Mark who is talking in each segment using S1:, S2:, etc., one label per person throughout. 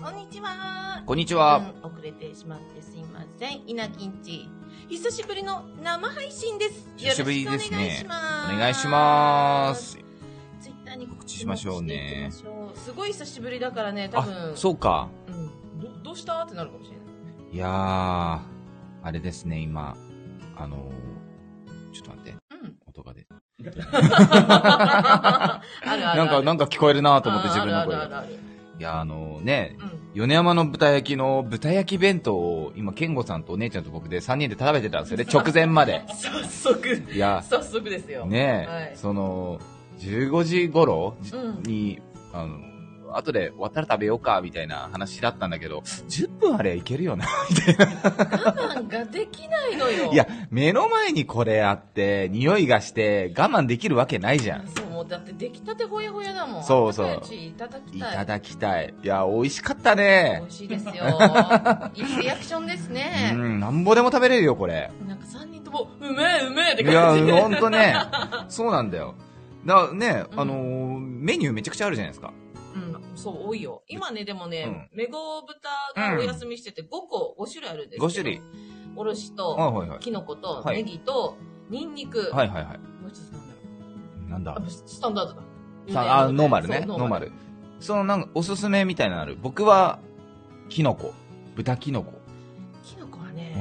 S1: こんにちは。
S2: こんにちは。
S1: うん遅れてしまってすいません。稲きんち。久しぶりの生配信です。
S2: 久しぶりですね
S1: よろしくお願いします。
S2: お願いします。
S1: ツイッターに告
S2: 知しましょうね
S1: していきましょうすごい久しぶりだからね、多
S2: あ
S1: 分。、
S2: そうか。
S1: う。ん。どどうしたってなるかもしれない。
S2: いやー、あれですね、今、あのー、ちょっと待って、
S1: うん。
S2: 音が出て。
S1: あるある
S2: なんか、なんんか聞こえるなと思って自分の声
S1: ある
S2: が。
S1: あるある
S2: いやー、あのー、ね、
S1: あるうん。
S2: 米山の豚焼きの豚焼き弁当を今、健吾さんとお姉ちゃんと僕で3人で食べてたんですよ ね、直前まで。
S1: 早速、
S2: いや
S1: 早速ですよ。
S2: ー、ね
S1: はい
S2: その、15時頃じ
S1: うん
S2: に、あの、後で終わったら食べようか、みたいな話だったんだけど、10分あれいけるよな。
S1: 我慢ができないのよ。
S2: いや、目の前にこれあって、匂いがして、我慢できるわけないじゃん。
S1: そう、もうだって出来たてほやほやだもん。
S2: そうそう
S1: 温かいうちにいただき
S2: い
S1: たい。
S2: ただきたい。いや、美味しかった
S1: 美
S2: ね。
S1: 味しいですよ。いいリアクションです
S2: う
S1: ね。
S2: ん、なんぼでも食べれるよ、これ。
S1: なんか三人とも、うめえうめえっ
S2: い
S1: て
S2: や、
S1: 感じで。
S2: ほんとね。そうなんだよ。だね、
S1: うん
S2: あのーメニューめちゃくちゃあるじゃないですか。
S1: うん、そう、多いよ。今ね、でもね、
S2: う
S1: メゴ豚がお休みしてて、5個、5種類あるんですけど
S2: 5種類。。
S1: おろし
S2: はい
S1: と、
S2: はいはい。
S1: きのこと、
S2: はい
S1: ネギと、ニンニク。
S2: はいはいはい。
S1: もう一つなんだろ
S2: なんだ
S1: う。あ、スタンダードだ。
S2: さあ、ノーマルね。
S1: そう
S2: ノーマル。。その、なんか、おすすめみたいなのある。僕は、キノコ。豚キノコ。
S1: きのこは
S2: う
S1: ね、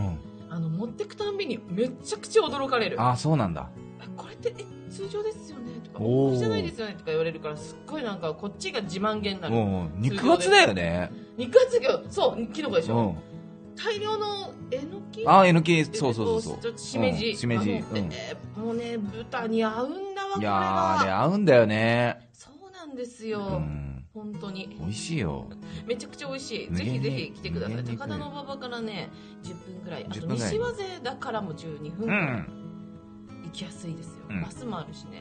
S2: ん。
S1: あの、持ってくたんびにめちゃくちゃ驚かれる。
S2: ああ、そうなんだ。
S1: あこれってえ通常ですよねとか
S2: おー
S1: これじゃないですよねとか言われるからすっごいなんかこっちが自慢げになる
S2: もうん、肉厚だよね。
S1: 肉厚魚そうキノコでし
S2: う
S1: ょ、
S2: ん。
S1: 大量のえのき
S2: あー、えのき、そうそうそう
S1: ち
S2: そ
S1: ょっとしめじ、
S2: うんしめじ
S1: あの
S2: うん
S1: えーもうね豚に合うんだわこ
S2: う。い
S1: れ
S2: やー、あれ
S1: は
S2: 合うんだよね。
S1: そうなんです
S2: う
S1: よ、
S2: ん。
S1: 本当に
S2: 美味しいよ。
S1: めちゃくちゃ美味しい
S2: 無
S1: ぜ
S2: 限
S1: ひ
S2: に
S1: ぜひ来てください
S2: 無限に
S1: 高田の馬場からね10分ぐらいあ
S2: 10
S1: と
S2: 分ぐらい
S1: 西和勢だからも12分、
S2: うん。
S1: 行きやすいですよ、
S2: うん
S1: バスもあるしね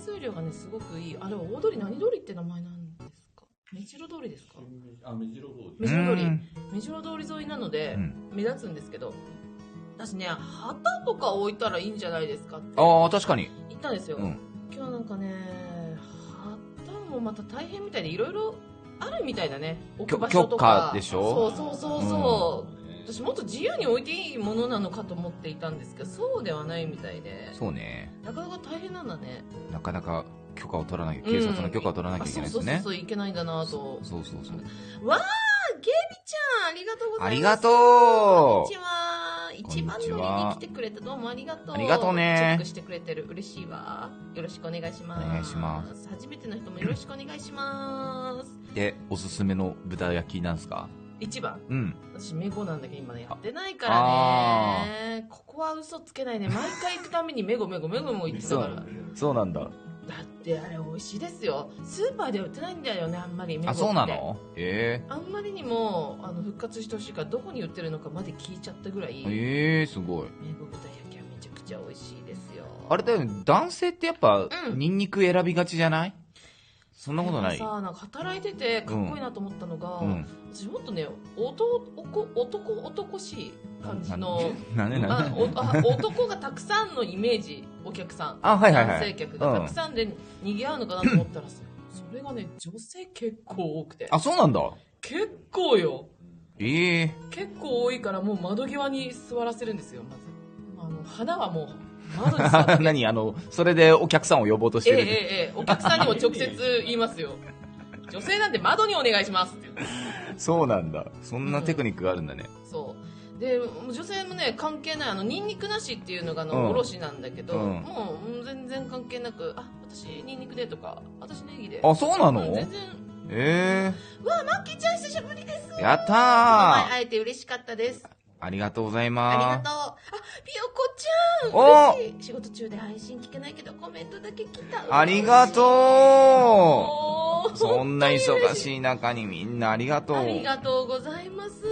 S1: 交通量がねすごくいいあれは大通り何通りって名前なんですか目白通りですか
S3: あ、目白通り。
S1: 目白通
S2: う
S1: り
S2: ん
S1: 目白通り沿いなので、
S2: うん
S1: 目立つんですけど私ね旗とか置いたらいいんじゃないですかって
S2: ああ、確かに。
S1: 言ったんですよ、
S2: うん
S1: 今日なんかね旗もまた大変みたいでいろいろあるみたいだね置く場所とか
S2: 許可でしょ
S1: そうそうそうそう、
S3: う
S1: 私もっと自由に置いていいものなのかと思っていたんですけどそうではないみたいで
S2: そうね。
S1: なかなか大変なんだね
S2: なかなか許可を取らなきゃ、警察の許可を取らなきゃいけないです
S1: あそう
S2: ね
S1: そうそう。そういけないんだなと
S2: そうそうそう。
S1: あゲビちゃんありがとうございます
S2: ありが
S1: こん
S2: と
S1: にちは一番乗
S2: こんにち
S1: りに
S2: は
S1: 来てくれてどうもありがとう
S2: ありがとうね
S1: チェックしてくれてる嬉しいわよろしくお願いします
S2: お願いしま
S1: 初めての人もよろしくお願いします
S2: う。で、おすすめの豚焼きなんすか
S1: 一番
S2: うん。
S1: 私メゴなんだけど今ねやってないからねここは嘘つけないね毎回行くために メゴメゴメゴメゴ言ってたから
S2: そうなんだ。
S1: だってあれ美味しいですよスーパーでは売ってないんだよねあんまり
S2: あ、そうなのえ
S1: あんまりにもあの復活してほしいからどこに売ってるのかまで聞いちゃったぐらい
S2: え
S1: 名
S2: ええ、すごい。
S1: 物豚焼きはめちゃくちゃ美味しいですよ
S2: あれだよね、男性ってやっぱ、
S1: うん
S2: ニンニク選びがちじゃないそんなことない
S1: でもさなんか働いててかっこいいなと思ったのが、
S2: うん。
S1: 私もっとね男男男男しい感じの
S2: なんでなん
S1: あ
S2: で
S1: おあ男がたくさんのイメージお客さん
S2: あ、はいはいは
S1: 男性
S2: い。
S1: 客がたくさんで賑わうのかなと思ったらさ、それがね女性結構多くて
S2: あ、そうなんだ。
S1: 結構よ
S2: ええ
S1: 結構多いからもう窓際に座らせるんですよまずあ の花はもう窓に座って
S2: 何あの、それでお客さんを呼ぼうとし
S1: え
S2: て
S1: え
S2: る。
S1: ええええお客さんにも直接言いますよ女性なんて窓にお願いしますって言って
S2: そうなんだ。そんなテクニックがあるんだね。
S1: そうでもう女性もね関係ないあのニンニクなしっていうのがあの、
S2: うん
S1: おろしなんだけど、
S2: うん
S1: もううん全然関係なくあ私ニンニクでとか私ネギで
S2: あ、そうなの
S1: うん全然
S2: え
S1: マッキーちゃん久しぶりです
S2: えやった
S1: この前
S2: ー
S1: 会えて嬉しかったです
S2: ありがとうござい
S1: ありが
S2: ま
S1: とう。あ、ピヨコちゃ
S2: お
S1: ん嬉しい仕事中で配信聞けないけどコメントだけ来た
S2: す。ありがと
S1: お
S2: う
S1: ー
S2: そんな忙
S1: い
S2: しい中にみんなありがとう。
S1: ありがとうございます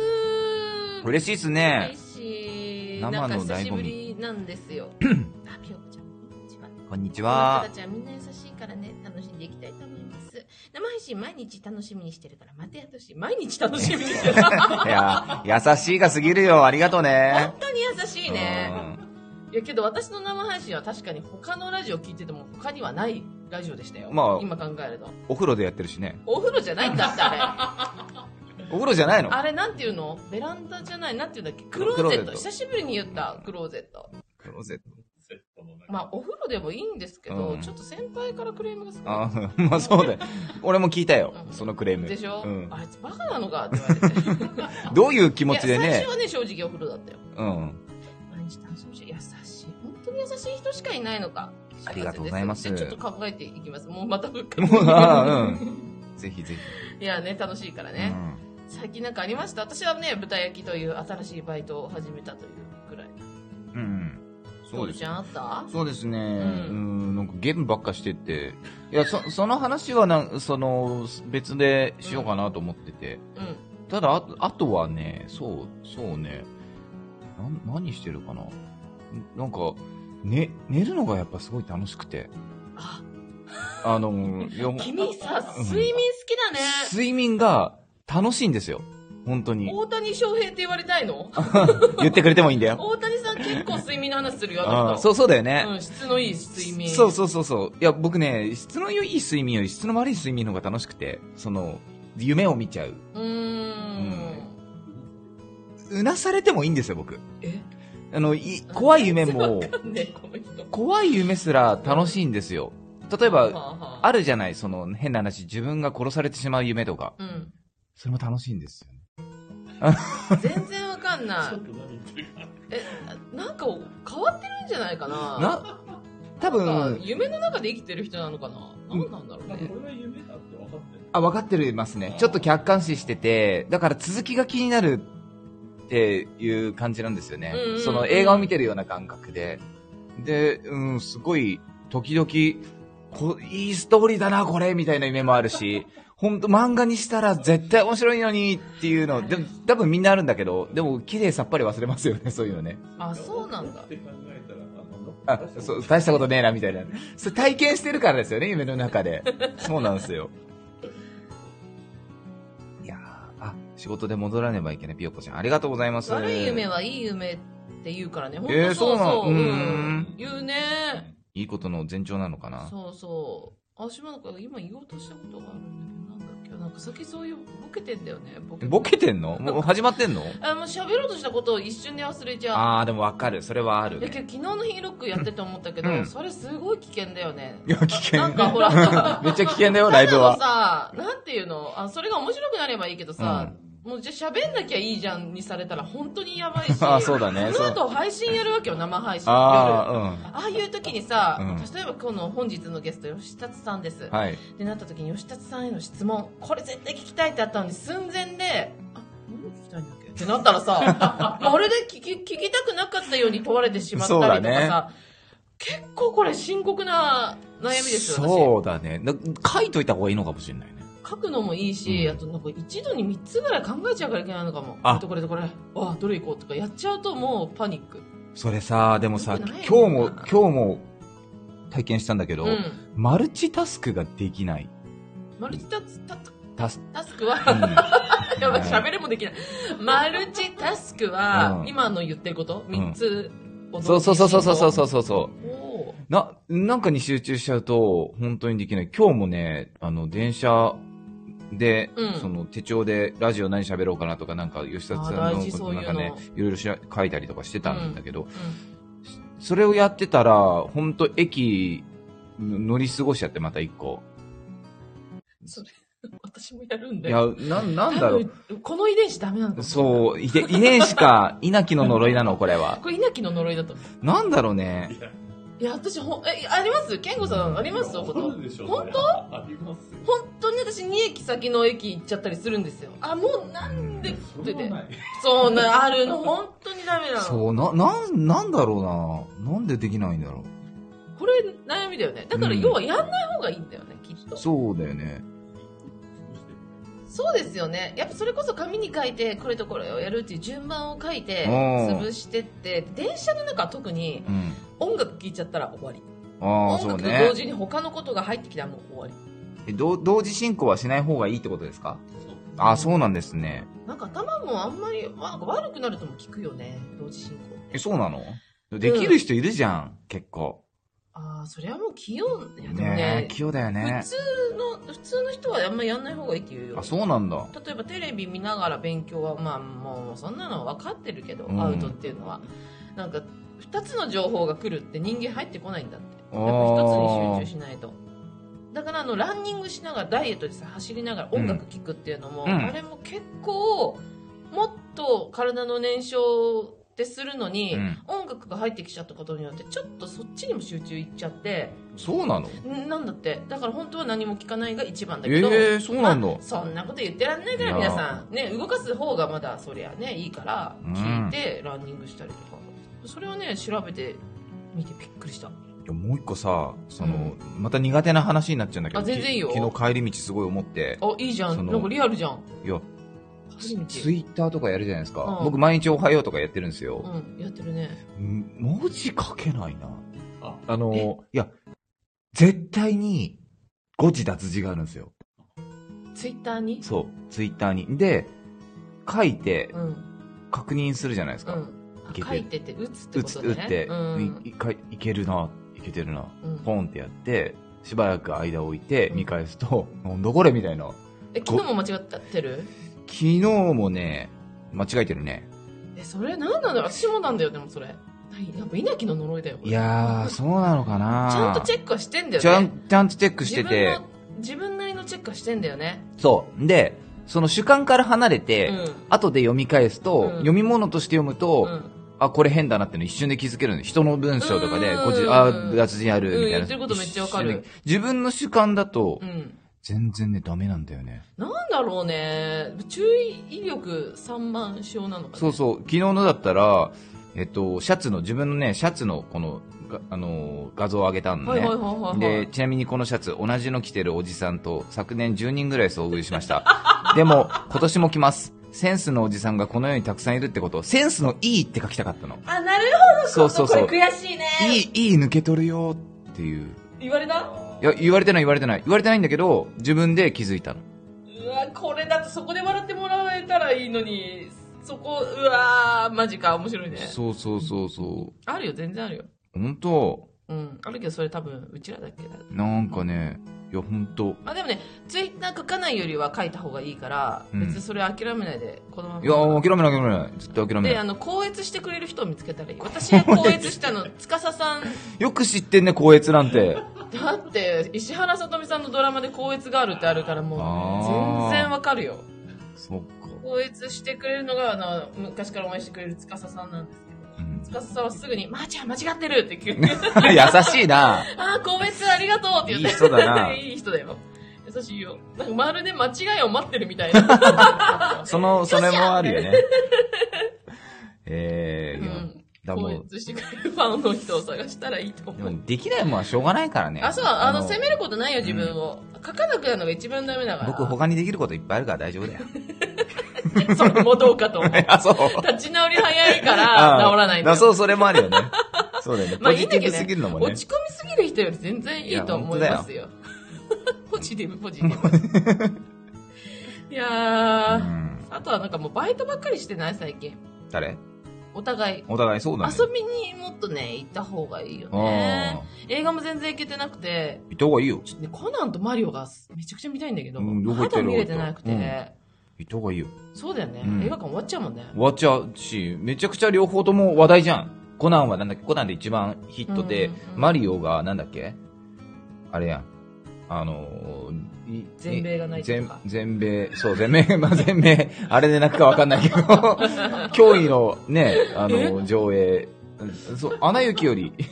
S2: 嬉しいっすね。
S1: 嬉しい
S2: 生
S1: な
S2: の
S1: んか久し
S2: 醍醐
S1: ぶ
S2: 味
S1: りなんです よあピヨコちゃんこんにちは
S2: こんにち
S1: あ
S2: は
S1: なた。たちはみんな優しいからね楽しんでいきたいと思います生配信毎日楽しみにしてるから待てやとし毎日楽しみにしてる
S2: いや、優しいが過ぎるよ。ありがとうね
S1: 本。当に優しいね
S2: うん
S1: いやけど私の生配信は確かに他のラジオ聞いてても他にはないラジオでしたよ、
S2: まあ
S1: 今考えると
S2: お風呂でやってるしね。
S1: お風呂じゃないんだってあ
S2: お風呂じゃないの
S1: あれなんていうのベランダじゃないなんていうんだっけクローゼット
S2: クローゼット
S1: 久しぶりに言ったクローゼット
S2: クローゼット
S3: セットの中
S1: まあお風呂でもいいんですけど、
S2: うん
S1: ちょっと先輩からクレームが少な
S2: あ
S1: い
S2: ーまあそうだよ。俺も聞いたよ
S1: う。ん
S2: そのクレーム。
S1: でしょ、
S2: うん。
S1: あいつバカなのかって言われて
S2: どういう気
S1: 気
S2: 持ちで
S1: 最
S2: ね
S1: 初。はね正直お風呂だったよ
S2: うん。
S1: 毎日楽しみし優しい本当に優しい人しかいないのか
S2: ありがとうございます
S1: 幸せですってちょっと考えていきますもうまた復活
S2: もう、あーうん。ぜひぜ
S1: いやね楽しいから
S2: ひ。
S1: ね、最近なんかありました私はね豚焼きという新しいバイトを始めたというくらい
S2: うん。うん。そうです
S1: ち。ゃんあった
S2: そうですね。うんん。なんかゲームばっかしてて。いや、そ、その話はなん、その、別でしようかなと思ってて。
S1: うん
S2: ただ、あとあとはね、そう、そうね。なん、何してるかな。なんか、ね、寝るのがやっぱすごい楽しくて。
S1: あ
S2: あの、よ
S1: 君さ
S2: うん
S1: 睡眠好きだね、
S2: 睡眠が楽しいんですよ。本当に。
S1: 大谷翔平って言われたいの
S2: 言ってくれてもいいんだよ。
S1: 大谷さん結構睡眠の話するよあ
S2: あ
S1: な
S2: あ
S1: た
S2: そうそうだよね。
S1: うん、質のいい睡眠
S2: そうそうそうそう。いや、僕ね、質の良い睡眠より質の悪い睡眠の方が楽しくて、その、夢を見ちゃう。
S1: うーん
S2: うなされてもいいんですよ、僕。
S1: え
S2: あの、い怖い夢 も
S1: 全然わ、かんねえこの人
S2: 怖い夢すら楽しいんですよ。例えば、
S1: はあはあ
S2: あるじゃない、その、変な話、自分が殺されてしまう夢とか。
S1: うん
S2: それも楽しいんですよね。
S1: 全然わかんな
S3: ちょっ
S1: い
S3: と何言ってるか
S1: えなんか変わってるんじゃないかな
S2: な、多
S1: なんか
S2: 分、
S1: 夢の中で生きてる人なのかな何なんだろう
S3: まあ
S1: ね
S3: これは夢だって分かってる
S2: あ、分かってるますね。ちょっと客観視してて、だから続きが気になるっていう感じなんですよね。
S1: うんうん
S2: その映画を見てるような感覚で。で、うん、すごい、時々、こいいストーリーだな、これみたいな夢もあ るし、ほんと漫画にしたら絶対面白いのにっていうの、でも多分みんなあるんだけど、でも綺麗さっぱり忘れますよね、そういうのね。
S1: あそうなんだ
S3: って考えたらあ
S2: あ
S3: の、
S2: そう、大したことねえな、みたいな。それ体験してるからですよね、夢の中で。そうなんですよ。いやーあ、仕事で戻らねばいけない、ぴよこちゃん。ありがとうございます。
S1: 悪い夢
S2: は
S1: はいい夢って言うからね。ほん
S2: え
S1: と
S2: ー
S1: そう
S2: そうなの
S1: そう。う
S2: うーん
S1: ん。言うね。
S2: いいことの前兆なのかな。
S1: そうそう。あ、島野君、今言おうとしたことがあるんだけど、なんだっけなんか先そういうボケてんだよね。ボケ
S2: ボケてんのもう始まってんの
S1: あ、もう喋ろうとしたことを一瞬で忘れちゃう。
S2: あー、でもわかる。それはある、
S1: いや、け
S2: ね。
S1: ど昨日のヒーロックやってて思ったけど、
S2: うん
S1: それすごい危険だよね。
S2: いや、危険。
S1: なんかほ ら
S2: めっちゃ危険だよ、ライブ
S1: た
S2: は。
S1: だのさ、なんていうのあ、それが面白くなればいいけどさ、もうじゃあ喋んなきゃいいじゃんにされたら本当にやばいし。
S2: あそうだね
S1: その
S2: そ
S1: 後配信やるわけよ、生配信。夜
S2: あー、
S1: ああいう時にさ、
S2: うん
S1: 例えば今日の本日のゲスト吉達さんです、
S2: うん。はい。
S1: ってなった時に吉達さんへの質問これ絶対聞きたいってあったのに寸前であ何聞きたいんだっけってなったら さまあ俺で聞き聞きたくなかったように問われてしまったりとか
S2: そうだ
S1: さ、結構これ深刻な悩みですよ
S2: そうだね。だ書いといた方がいいのかもしれないね。
S1: 私書くのもいいし、
S2: うん
S1: あとなんか一度に3つぐらい考えちゃうからいけないのかも
S2: あ
S1: あとこれとこれあどれ行こうとかやっちゃうともうパニック
S2: それさ、でもさ、
S1: よく
S2: 今
S1: ない
S2: 日も、今日も体験したんだけど、
S1: うん
S2: マルチタスクができない。
S1: マルチタスタ
S2: タス、
S1: タスクは
S2: うん、
S1: やばい、喋れもできない。マルチタスクは、
S2: うん
S1: 今の言ってること
S2: ん
S1: 三つ、
S2: そうそうそうそうそう
S1: う。
S2: そうそうそう。
S1: おー
S2: な、なんかに集中しちゃうと、本当にできない。今日もね、あの、電車で、
S1: うん
S2: その手帳でラジオ何喋ろうかなとか、なんか吉田さん
S1: あー
S2: の
S1: 大事
S2: ことなん
S1: そ
S2: か
S1: ういう
S2: ね
S1: の、
S2: いろいろしら書いたりとかしてたんだけど、それをやってたら、本当駅の乗り過ごしちゃって、また一個。
S1: うん。私もやるん
S2: い
S1: だ
S2: や
S1: よ。、
S2: な、なんだろう。
S1: 多分この遺伝子ダメなんだう。
S2: そう、いで遺伝子か、稲城の呪いなの、これは。
S1: これ、稲城の呪いだと思う。
S2: なんだろうね。
S3: いや
S1: いや、私、ほん、え、あります健吾さん、ありますそういうこ
S3: あ
S1: と
S3: る。でしょ
S1: 本
S3: 当ありますよ
S1: 本当に私、2駅先の駅行っちゃったりするんですよ。あ、もうなんで、
S3: そ
S1: 出
S3: れ
S1: て
S3: は。ない
S1: そうな、あるの、本当にダメなの。
S2: そう、な、なん、なんだろうな。なんでできないんだろ
S1: これ、悩みだよね。だから、
S2: うん
S1: 要は、やんない方がいいんだよね、きっと
S2: う。。そうだよね。
S1: そうですよね。やっぱそれこそ紙に書いて、これとこれをやるっていう順番を書いて、
S2: うん
S1: 潰してって、電車の中は特に
S2: うん。
S1: 音楽聴いちゃったら終わり。
S2: ああ、
S1: 音
S2: そう
S1: 楽と
S2: ね
S1: 同。時に他のことが入ってきたらもう終わり。
S2: え同同時進行はしない方がいいってことですか
S3: そう
S2: ああ、そうなんですね。
S1: なんか頭もあんまり、まあなんか悪くなるとも聞くよね、同時進行。
S2: え、そうなのできる人いるじゃん、結構。
S1: ああ、それはもう器用、いやでも
S2: ね
S1: ね
S2: え、、器用だよね
S1: 普。通の、普通の人はあんまやんない方がいいって言うよ
S2: あ、。そうなんだ。
S1: 例えばテレビ見ながら勉強は、まあもうそんなの分かってるけど、
S2: うん
S1: アウトっていうのは。なんか、二つの情報が来るって人間入ってこないんだって。
S2: あ
S1: やっぱ一つに集中
S2: ー
S1: しないと。だからあのランニングしながらダイエットでさ走りながら
S2: うん
S1: 音楽聴くっていうのも、
S2: うん
S1: あれも結構もっと体の燃焼ってするのに、
S2: うん
S1: 音楽が入ってきちゃったことによってちょっとそっちにも集中いっちゃって
S2: そうなの
S1: んなんだってだから本当は何も聴かないが一番だけど、
S2: ええ、そうなんだ
S1: まあ。そんなこと言ってらんないか
S2: い
S1: ら
S2: や
S1: 皆さんね動かす方がまだそりゃねいいから
S2: うん
S1: 聞いてランニングしたりとか、それをね調べてみてびっくりした
S2: いやもう一個さその、また苦手な話になっちゃうんだけど
S1: あ全然いいよ
S2: き昨日帰り道すごい思って
S1: あいいじゃ
S2: そ
S1: ん
S2: の
S1: なんかリアルじゃん
S2: いや
S1: 初めて
S2: ツイッターとかやるじゃないですか、
S1: うん
S2: 僕毎日「おはよう」とかやってるんですよ、
S1: うん、やってるね。
S2: ん文字書けないな
S3: あ
S2: あのいや絶対に誤字脱字があるんですよ
S1: ツイッターに。
S2: そうツイッターにで書いて
S1: うん、うん。
S2: 確認するじゃないですか、いけてる
S1: あ書いてて、打つって
S2: 打
S1: こ
S2: つ
S1: と
S2: 打
S1: ね。
S2: って、
S1: うん。
S2: いいかいけるないけてるな
S1: うん
S2: ポンってやってしばらく間を置いて
S1: うん
S2: 見返すと、 なんだこれみたいな
S1: え、昨日も間違ってる
S2: 昨日もね、間違えてるね。
S1: え、それ何なんだろう私もなんだよ、でもそれ。何やっぱ稲城の呪いだよ、これ
S2: いやー、そうなのかな
S1: ちゃんとチ
S2: ェッ
S1: ェックはしてんだよね。
S2: ちゃん、ちゃんとチェックして
S1: 自
S2: て
S1: 分。の、自分なりのチェックはしてんだよね。
S2: そう。で、その主観から離れて、
S1: うん。
S2: 後で読み返すと、
S1: うん
S2: 読み物として読む
S1: う
S2: と、
S1: ん。
S2: あ、これ変だなっての一瞬で気づけるの。人の文章とかで、
S1: うん
S2: こっち、あ、雑にある、みた
S1: うん
S2: いな。
S1: 言ってることめっちゃわかる
S2: 一瞬で。自分の主観だと、
S1: うん。
S2: 全然ね、ダメなんだよね。
S1: なんだろうね。注意力散漫症なのかね
S2: そうそう、昨日のだったら、えっと、シャツの、自分のね、シャツの、この、があのー画像を上げたのね。
S1: はいはいはいはいはい。
S2: で、ちなみにこのシャツ、同じの着てるおじさんと昨年10人ぐらい遭遇しました。 でも、今年も来ます。センスのおじさんがこの世にたくさんいるってこと、センスのいいって書きたかったの。
S1: あ、なるほど。
S2: そうそうそう
S1: これ悔しいね。
S2: いい、いい抜け取るよっていう。
S1: 言われた
S3: あ
S2: いや、言われてない言われてない。言われてないんだけど、自分で気づいたの。
S1: うわこれだとそこで笑ってもらえたらいいのにそこうわーマジか面白いね
S2: そうそうそうそ
S1: あるよ全然あるよ
S2: う。本当
S1: うんあるけどそれ多分うちらだけだ
S2: なんかね、いや、本当
S1: まあでもねツイッター書かないよりは書いた方がいいから、
S2: うん
S1: 別にそれ諦めないでこのまま
S2: いや、諦めない諦めない。ずっと諦め
S1: で
S2: な
S1: あ
S2: い。
S1: の高越してくれる人を見つけたらいい私が高越した の司さん
S2: よく知ってんね、光悦なん て。
S1: だって石原さとみさんのドラマで高越があるってあるからもう
S2: あー
S1: 全然わかるよ
S2: そっか。
S1: 高越してくれるのがあの昔から応援してくれる司さんなんですけど
S2: うん、
S1: 司さんはすぐに「まー、ちゃん間違ってる!」って急に
S2: 優しいな。
S1: ああ、個別ありがとうって言って。
S2: いい人だない
S1: い人だよ。優しいよ。なんかまるで間違いを待ってるみたいな。
S2: その、それもあるよ ね。え
S1: う
S2: えーいや、
S1: ん。
S2: だも
S1: 統
S2: う
S1: 一してくれるファンの人を探したらいいと
S2: で
S1: 思う。
S2: もできないもんはしょうがないからね。
S1: あ、そう、あの、
S2: もう
S1: 責めることないよ、自分を。書かなくなるのが一番ダメだから。
S2: 僕他にできることいっぱいあるから大丈夫 だよ。
S1: それもどうかと思う。
S2: あ、そう。
S1: 立ち直り早いから、治らないんだ
S2: だ
S1: よ。
S2: そう、それもあるよね。そうだよね。
S1: まあ
S2: ポ
S1: いい
S2: ジ
S1: んだ
S2: ティ
S1: け
S2: ブ
S1: ど
S2: すぎ
S1: ね
S2: るのもね。
S1: 落ち込みすぎる人より全然いいと思いますよ。ポジティブ、ポジティブ。 いや
S2: う
S1: ー、
S2: ん。
S1: あとはなんかもうバイトばっかりしてない最近。
S2: 誰
S1: お互い。
S2: お互いそうだね。
S1: 遊びにもっとね行った方がいいよ
S2: ああ
S1: ね。映画も全然行けてなくて
S2: 行った方がいいよ。
S1: ちょっとねコナンとマリオがめちゃくちゃ見たいんだけど、
S2: うんどこ行
S1: ま
S2: って
S1: だ
S2: る
S1: 見れてなくて、
S2: 行った方がいいよ。
S1: そうだよね、
S2: うん
S1: 映画館終わっちゃうもんね
S2: 終わっちゃうし、めちゃくちゃ両方とも話題じゃん。コナンはなんだっけコナンで一番ヒットで、
S1: うんうんうん
S2: マリオがなんだっけあれやん。あのー、い
S1: 全米がないと
S2: 全
S1: か、
S2: 全米、そう、全米、 まあ、全米、あれで泣くかわかんな いけど、脅威のね、あの、上映、そう、アナ雪より、え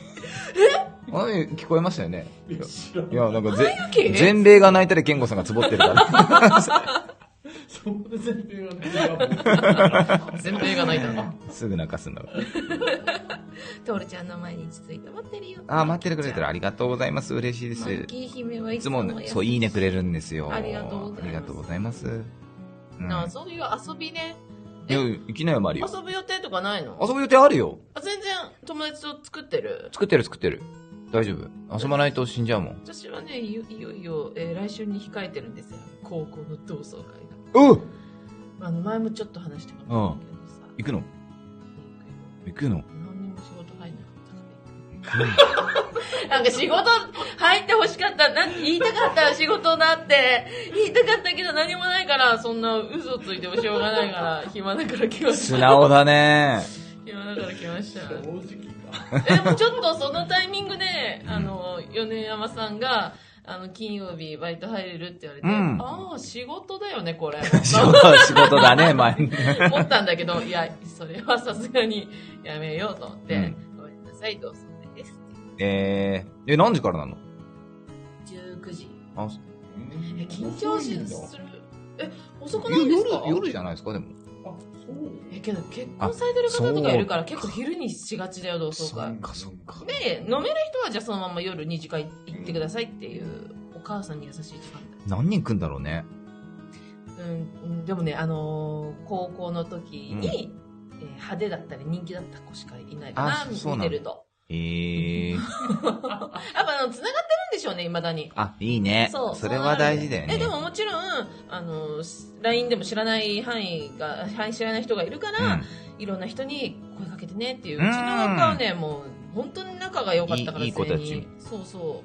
S2: アナ雪聞こえましたよね。
S3: ー知らん
S2: いや、なんかぜ、
S1: 雪
S2: 全米が泣いたら健吾さんがつぼってるから。
S3: そんな前提はね
S1: 全米がないん だ
S2: すぐ泣かすんだから。
S1: トールちゃんの毎日ついて待ってるよ
S2: あ、待っててくれたらありがとうございます。嬉しいで
S1: マ
S2: す。
S1: ッキー姫はい
S2: い
S1: つ
S2: つ
S1: も
S2: も
S1: の優し
S2: そう、いいねくれるんですよ。
S1: ありがとうございます
S2: ありがとうございます。うん
S1: なあそういう遊びね
S2: いや、行きなよ、マリオ。
S1: 遊ぶ予定とかないの
S2: 遊ぶ予定あるよ。
S1: あ全然友達と作ってる
S2: 作ってる作ってる。大丈夫。遊ばないと死んじゃうもん。
S1: 私はねいよいよいよ、えー来週に控えてるんですよ高校の同窓会が
S2: うん
S1: あの前もちょっと話したかもしれないけどさ、
S2: 行くの
S1: 行くよ
S2: 行くの
S1: 何にも仕事入んなかったから行 なんか仕事入ってほしかった。なん言いたかった仕事だって。言いたかったけど何もないから、そんな嘘ついてもしょうがないから、暇だから来まし
S2: 素
S1: た。
S2: 直だね。
S1: 暇だから来ました。
S3: 正直か。
S1: えでもちょっとそのタイミングで、あの、米山さんが、あの、金曜日バイト入れるって言われて、
S2: うん
S1: ああ、仕事だよね、 これ。
S2: 仕事、仕事だね、 前に。
S1: 思ったんだけど、いや、それはさすがにやめようと思って、
S2: うん
S1: ごめんなさい、どうぞです。
S2: えー、え、何時からなの
S1: 19時。
S2: あ、
S1: え緊張し
S3: 遅いんだ
S1: する。え、遅くないんです
S2: 夜
S1: か、
S2: 夜じゃないですか、でも。
S3: あ、そう。
S1: え、けど結婚されてる方とかいるから結構昼にしがちだよ、同窓
S2: そっ
S1: 会。
S2: か、そっか。
S1: で、飲める人はじゃあそのまま夜2次会行ってくださいっていう、お母さんに優しい時間帯。
S2: 何人来んだろうね。
S1: うんうん、でもね、あのー高校の時に、えー派手だったり人気だった子しかいないかな、
S2: あそう
S1: 見
S2: なんだ
S1: てると。
S2: えー、
S1: やっぱあの、繋がってるんでしょうね、未だに。
S2: あ、いいね。
S1: そう。
S2: それは大事だよね。
S1: え、でももちろん、あの、し LINE でも知らない範囲が、範囲知らない人がいるか
S2: うん、
S1: ら、いろんな人に声かけてねっていう。うちの学科はね、もう、本当に仲が良かったから
S2: いいいい子たち
S1: 全員そうそ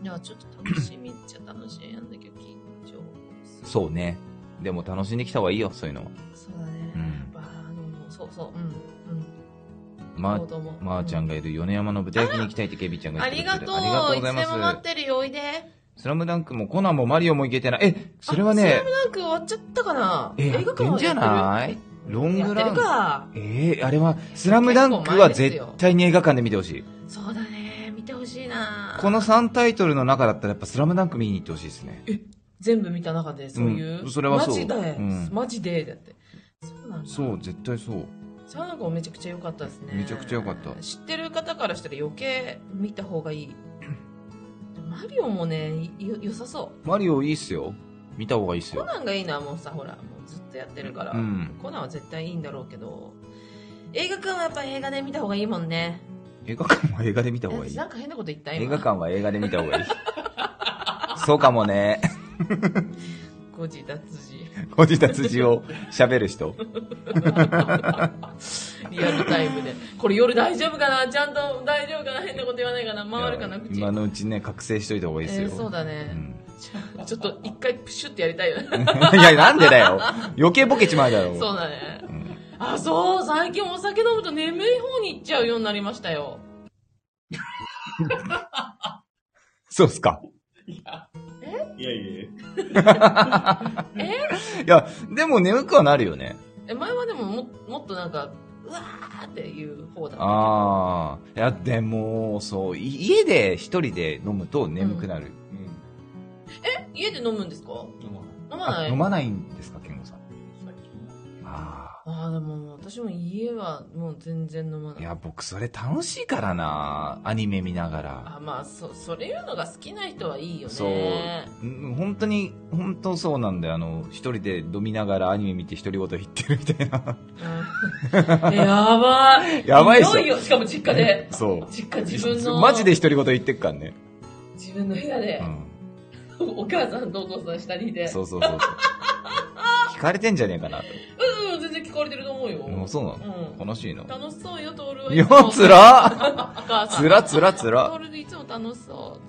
S1: う。いや、ちょっと楽しみっちゃ楽しみなんだけど、緊張。
S2: そうね。でも楽しんできた方がいいよ、そういうのは。
S1: そうだね。
S2: うん
S1: やっぱ、あの、そうそう、うん、うん。
S2: ま
S1: 行動も
S2: まー、ちゃんがいる米山の豚焼きに行きたいってケビちゃんが
S1: あ
S2: 言って
S1: り
S2: くれて
S1: がと
S2: る
S1: う。
S2: ありがとうござい
S1: つでも待
S2: ま
S1: ってるよ、おいで。
S2: す。スラムダンクもコナンもマリオも行けてない。え、それは
S1: あス
S2: ね
S1: ラム、ダンク終わっちゃったかな
S2: え
S1: 映画館
S2: やってん
S1: は
S2: じゃないロン
S1: や
S2: グ
S1: って
S2: ラ
S1: る
S2: ン。
S1: か。
S2: えー、あれは、スラムダンクは絶対に映画館で見てほしい。
S1: そうだね見てほしいな
S2: この3タイトルの中だったらやっぱスラムダンク見に行ってほしいですね。
S1: 全部見た中でそういう、
S2: うんそれはそう
S1: マジで、
S2: うん
S1: マジでだってそうなんだ
S2: そう、絶対そう。
S1: サウナゴめちゃくちゃ良かったですね
S2: めちゃくちゃ良かった
S1: 知ってる方からしたら余計見た方がいい マリオもねいよ良さそ
S2: マリオいいっすよ。見た方がいいっす
S1: うコ
S2: よ。
S1: ナンがいいのはもうさほらもうずっとやってるから、
S2: うん。
S1: コナンは絶対いいんだろうけど映画館はやっぱ映画で見た方がいいもんね
S2: 映画館は映画で見た方がい
S1: え
S2: い。
S1: なんか変なこと言った今
S2: 映画館は映画で見た方がいい。そうかもね。
S1: 誤字脱字
S2: ご自達字を喋る人。
S1: リアルタイムで。 これ夜大丈夫かなちゃんと大丈夫かな変なこと言わないかな回るかな口。
S2: 今のうちね、覚醒しといた方がいいですよ。
S1: えーそうだね
S2: ん
S1: ちょっと一回プシュってやりたいよね。
S2: いや、なんでだよ。余計ボケちまうだろ。
S1: そうだね。
S2: うん
S1: あ、そう、最近お酒飲むと眠い方に行っちゃうようになりましたよ。
S2: そうっすか。
S3: いや。えいやいや
S2: いや、でも眠くはなるよね。
S1: え、前はでもももっとなんか、うわーっていう方だったけど。
S2: ああ。いや、でも、そう、い家で一人で飲むと眠くなる。
S3: うん。
S1: 家で飲むんですか飲
S3: 飲まない
S1: ま
S2: あ
S1: ない
S2: 飲まないんですか、健吾さん。
S3: 最近
S2: あ
S1: あーでも私も家はもう全然飲ま
S2: あ。
S1: ないい。
S2: や、僕それ楽しいからな。アニメ見ながら。
S1: あ、まあ、そ、それ言うのが好きな人はいいよね。
S2: そううん本当に、本当そうなんだよ。あの、一人で飲みながらアニメ見て独り言言ってるみたいな。
S1: うんやばい。
S2: やばいっ
S1: ひ
S2: す
S1: ど
S2: よ
S1: いよ。しかも実家で。
S2: そう。
S1: 実家自分の。
S2: マジで。独り言言ってっからね。
S1: 自分の部屋で
S2: う、ん。
S1: お母さんとお父さん下にいて。
S2: そうそう そうそう。聞かれてんじゃねえかな
S1: うんうん、全然聞かれてると思う
S2: と。も
S1: よ
S2: う。そうなの
S1: う
S2: 楽しいの
S1: ん。楽しそうよ、トールはいい
S2: や
S1: つも。、
S2: つら
S1: お母さん。
S2: つらつらつ
S1: ト
S2: ら。
S1: ールいつも楽しそう。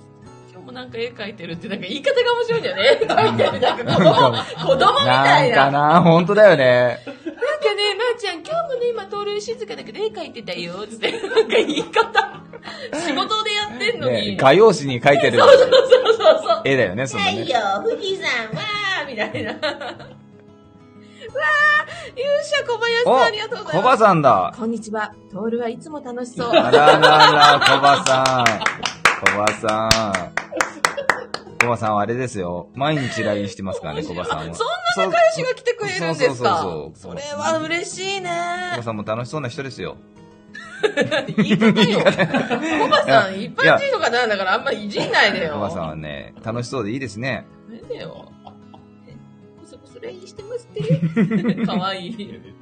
S1: 今日もなんか絵描いてるって、なんか言い方が面白いんだ よね。描いてるんだけど、子供
S2: な
S1: みたい
S2: んか
S1: な。なんかね、
S2: な、本当だよね。
S1: まーちゃん、今日もね、今、トール静かだけど絵描いてたよ、つって。なんか言い方。仕事でやってんの
S2: ね
S1: に。
S2: 画用紙に描いてる
S1: そうそうそう。
S2: 絵だよね、その
S1: ない
S2: ね。
S1: よ、富士山はみたいな。わあ、勇者小林さんありがとうござい
S2: コ
S1: ま
S2: バ
S1: す。
S2: さんだ。
S1: こんにちは。トールはいつも楽しそう。
S2: あららら、コバさん。コバさん。コバさんはあれですよ。毎日 LINE してますからね、コバさんは。
S1: そ
S2: んな仲
S1: 彼氏が来てくれるんですか
S2: そうそうそうそう
S1: それは嬉しいね。
S2: コバさんも楽しそうな人ですよ。
S1: 言い方よ。コバさん、一般人とかなんだからあんまいじんないでよ。
S2: コバさんはね、楽しそうでいいですね。
S1: やめてよ。えこそこそ LINE してますって。 かわい
S3: いや
S1: い。
S3: ですね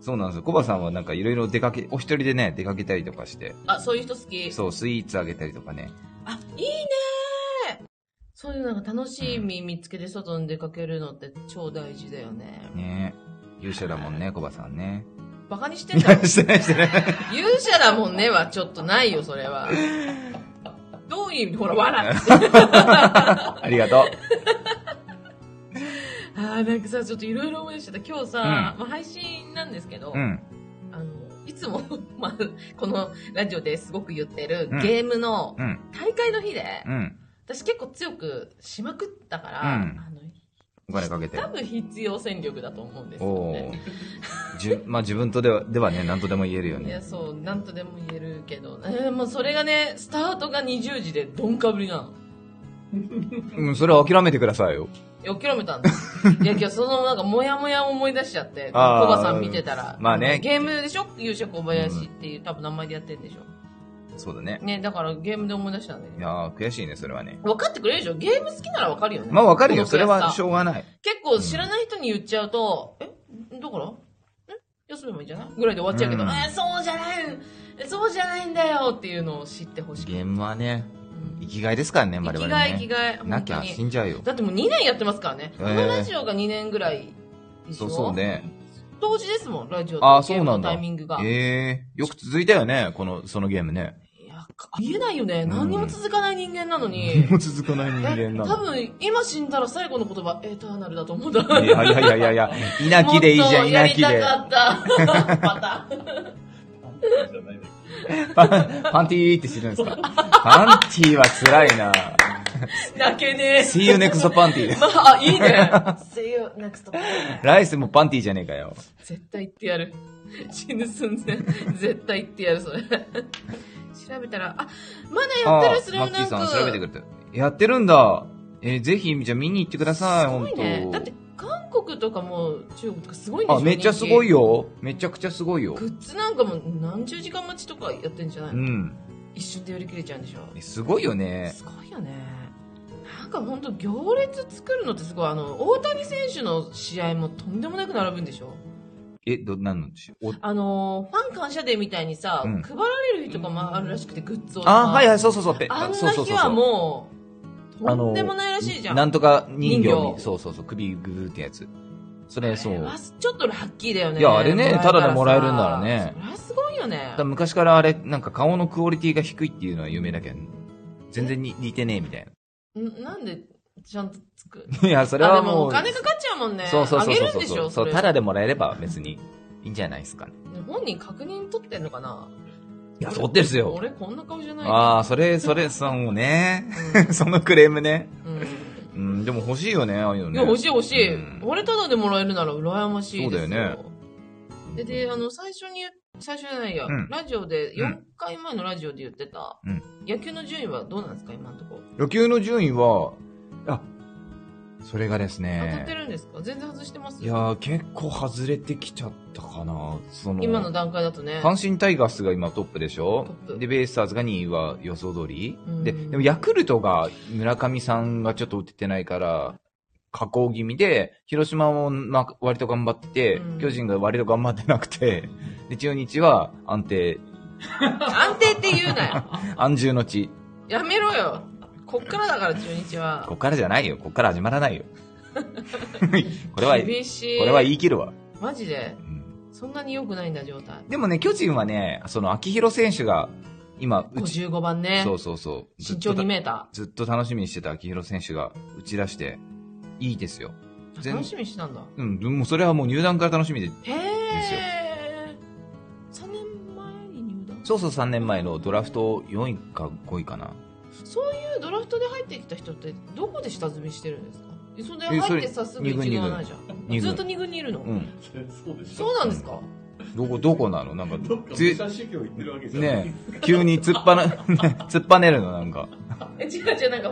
S2: そうなんですよ。コバさんはなんかいろいろ出かけ、お一人でね、出かけたりとかして、
S1: あ、そういう人好き。
S2: そう、スイーツあげたりとかね。
S1: あ、いいねそういうなんか楽しみ見つけて外に出かけるのって超大事だよね。
S2: ね勇者だもんね、コバさんね。
S1: バカにしてん
S2: い
S1: だ
S2: や
S1: ろ
S2: してな いしてない。
S1: 勇者だもんねはちょっとないよそれ はどういう意味ほら笑って
S2: ありがと
S1: あーなんかさちょっといろいろ思い出してた今日さ、まあ、配信なんですけど、
S2: う。うん。
S1: あのいつも、 まあ、このラジオですごく言ってる
S2: うん
S1: ゲームの
S2: うん。
S1: 大会の日で、
S2: うん。
S1: 私結構強くしまくったから、
S2: うん
S1: あの
S2: お金かけて
S1: 多。分必要戦力だと思うんですよ
S2: お
S1: ね。
S2: ーじゅまあ自分とでは、ではね、何とでも言えるよ
S1: いや、
S2: ね。
S1: そう、なんとでも言えるけど、 えーもうそれがね、スタートが20時でどんかぶりなの。
S2: うん、それは諦めてくださいよ。
S1: いや諦めたん です。いや、今日そのなんか、もやもやを思い出しちゃって、コ
S2: あー
S1: バさん見てたら。
S2: まあね
S1: ゲームでしょ勇者小林っていう、多分名前でやってんでしょ。
S2: そうだね。
S1: ね、だからゲームで思い出したんだ
S2: い
S1: けど。
S2: やー、悔しいね、それはね。
S1: 分かってくれるでしょゲーム好きなら分かるよね。
S2: まあわかるよ。
S1: こ
S2: それ
S1: の悔しさ
S2: はしょうがない。
S1: 結構知らない人に言っちゃうと、えどこらえ休めばいいんじゃないぐらいで終わっちゃうけど、
S2: うん
S1: えそうじゃないえそうじゃないんだよっていうのを知ってほしい。
S2: ゲームはね、
S1: うん
S2: 生きがいですからね、我
S1: 生
S2: 々
S1: き
S2: ね。
S1: がい、生きがい。
S2: なきゃ
S1: 本当
S2: 死
S1: に
S2: んじゃうよ。
S1: だってもう2年やってますからね。
S2: え
S1: こ
S2: ー
S1: のラジオが2年ぐらいでし
S2: そ
S1: ょ
S2: うそう。ね。
S1: 当時ですもん、ラジオ
S2: あー
S1: とゲームのタイミングが。い
S2: ええよく続いたよね、この、そのゲームね。
S1: や、ありえないよね。
S2: ん
S1: 何にも続かない人間なの に。
S2: もう続かない人
S1: え
S2: 間な
S1: 多
S2: の。
S1: 分、今死んだら最後の言葉、エターナルだと思うんだ。
S2: いやいやいやい やいや、稲
S1: もっ
S2: 城でいいじゃ
S1: と
S2: ん、
S1: やり
S2: 稲城
S1: た
S2: で。
S1: かった。 また。
S3: じゃないです
S2: パンパンテ ィーって知るんですかパンティーは辛いな。
S1: 泣けね
S2: See you next パンティ
S1: え。
S2: ー。
S1: まあ、いいね。See you next time.
S2: 来世もパンティーじゃねえかよ。
S1: 絶対言ってやる。死ぬ寸前。絶対言ってやる、それ。調べたら、あ、まだやってる、それ
S2: マ
S1: を
S2: ッキ
S1: な
S2: ー
S1: んか。
S2: さん調べてくれて。やってるんだ。えーぜひ、じゃあ見に行ってください、
S1: す
S2: ほ
S1: ご
S2: ん
S1: いね。だって
S2: と。、
S1: 韓国とかも中国とかすごいんでしょ
S2: あ、めっちゃすごい
S1: よ。
S2: よ。めちゃくちゃすごいよ。
S1: グッズなんかも何十時間待ちとかやってんじゃないうの
S2: ん。
S1: 一瞬で売り切れちゃうんでしょ
S2: えすごいよね。
S1: すごいよね。なんか本当行列作るのってすごい。あの、大谷選手の試合もとんでもなく並ぶんでしょ
S2: え、ど、なんのでしょう。お
S1: あのーファン感謝デーみたいにさ、
S2: うん
S1: 配られる日とかもあるらしくて、グッズをさ。
S2: あ、はいはい、そうそうそう。ペ
S1: あん
S2: そう
S1: な
S2: そう
S1: 日
S2: そう
S1: は
S2: そう
S1: もう、とんでもないらしいじゃん。
S2: なんとか人形
S1: 人
S2: に、
S1: 形
S2: そうそうそう、首ぐるってやつ。それ、そ
S1: あれ
S2: う
S1: は。ちょっとラッキーだよね。
S2: いやあれね
S1: もらえたら
S2: タダでもらえるんな
S1: だ
S2: らね
S1: それはすごいよね
S2: だから。昔からあれ、なんか顔のクオリティが低いっていうのは有名だけど、全然に似てねえみたい
S1: んなんで、ちゃんとつく。
S2: な。い や、それ
S1: あ、で
S2: は
S1: も
S2: も
S1: お
S2: う、
S1: 金かかっちゃうもんね。
S2: そうそうそう
S1: あげ
S2: そう
S1: るんでし
S2: そ
S1: ょ
S2: う。そう、
S1: た
S2: ただでもらえれば別にいいんじゃないですかね。
S1: 本人確認取ってんのかない
S2: や、そうですよ。
S1: 俺こんな顔じゃない
S2: ああ、それ、それ、そうね。 そのクレーム ね。
S1: うん。
S2: うん、でも欲しいよね、ああいうの
S1: い
S2: ね。
S1: や、欲しい欲しい。
S2: うん
S1: 俺ただでもらえるなら羨ましいですよ。
S2: そうだよね
S1: で、で、あの、最初に、最初じゃないや、
S2: うん
S1: ラジオで、
S2: うん
S1: 4回前のラジオで言ってた、
S2: うん
S1: 野球の順位はどうなんですか、今のところ。
S2: 野球の順位は、あ、それがです
S1: 当
S2: ね。
S1: たってるんですか全然外してます
S2: いやー、結構外れてきちゃったかな。その、
S1: 今の段階だとね。
S2: 阪神タイガースが今トップでしょ
S1: トップ
S2: で、ベイスターズが2位は予想通り
S1: うん
S2: で、でもヤクルトが村上さんがちょっと打ててないから、下降気味で、広島もな割と頑張ってて、
S1: うん
S2: 巨人が割と頑張ってなくて、で、中日は安定、
S1: 安定って言うなよ。
S2: 安住の地。
S1: やめろよ。こっからだから、中日は
S2: こ。っからじゃないよ。こっから始まら ないよ。これは、こ
S1: 厳しい。
S2: れは言い切るわ。
S1: マジで
S2: う、ん
S1: そんなに良くないんだ、状態。
S2: でもね、巨人はね、その、秋広選手が、今、打ち、
S1: 55番ね。
S2: そうそうそう。
S1: 身長2メータ
S2: ずっと楽しみにしてた秋広選手が打ち出して、いいですよ。
S1: ー。
S2: 全
S1: 楽しみにしてたんだ。
S2: うん、でもそれはもう入団から楽しみで、
S1: へえ。3年前に入団
S2: そうそう3年前のドラフト4位か5位かな。
S1: そういうドラフトで入ってきた人ってどこで下積みしてるんですかえそれで
S2: えそ
S1: 入っ
S2: れ
S1: てさすぐ
S2: 二軍
S1: 一軍はないじゃん
S2: 二軍
S1: ずっと二軍にいるの、
S2: うん。
S3: ねそうでし
S1: そ
S3: ょ
S1: うなんですか
S2: どこ、どこなのなんか、
S3: どっか武
S2: ぜ
S3: 者修行行ってるわけじゃない
S2: ねえ急に突っぱな、突っぱねるのなんか。
S1: え違う違うなんか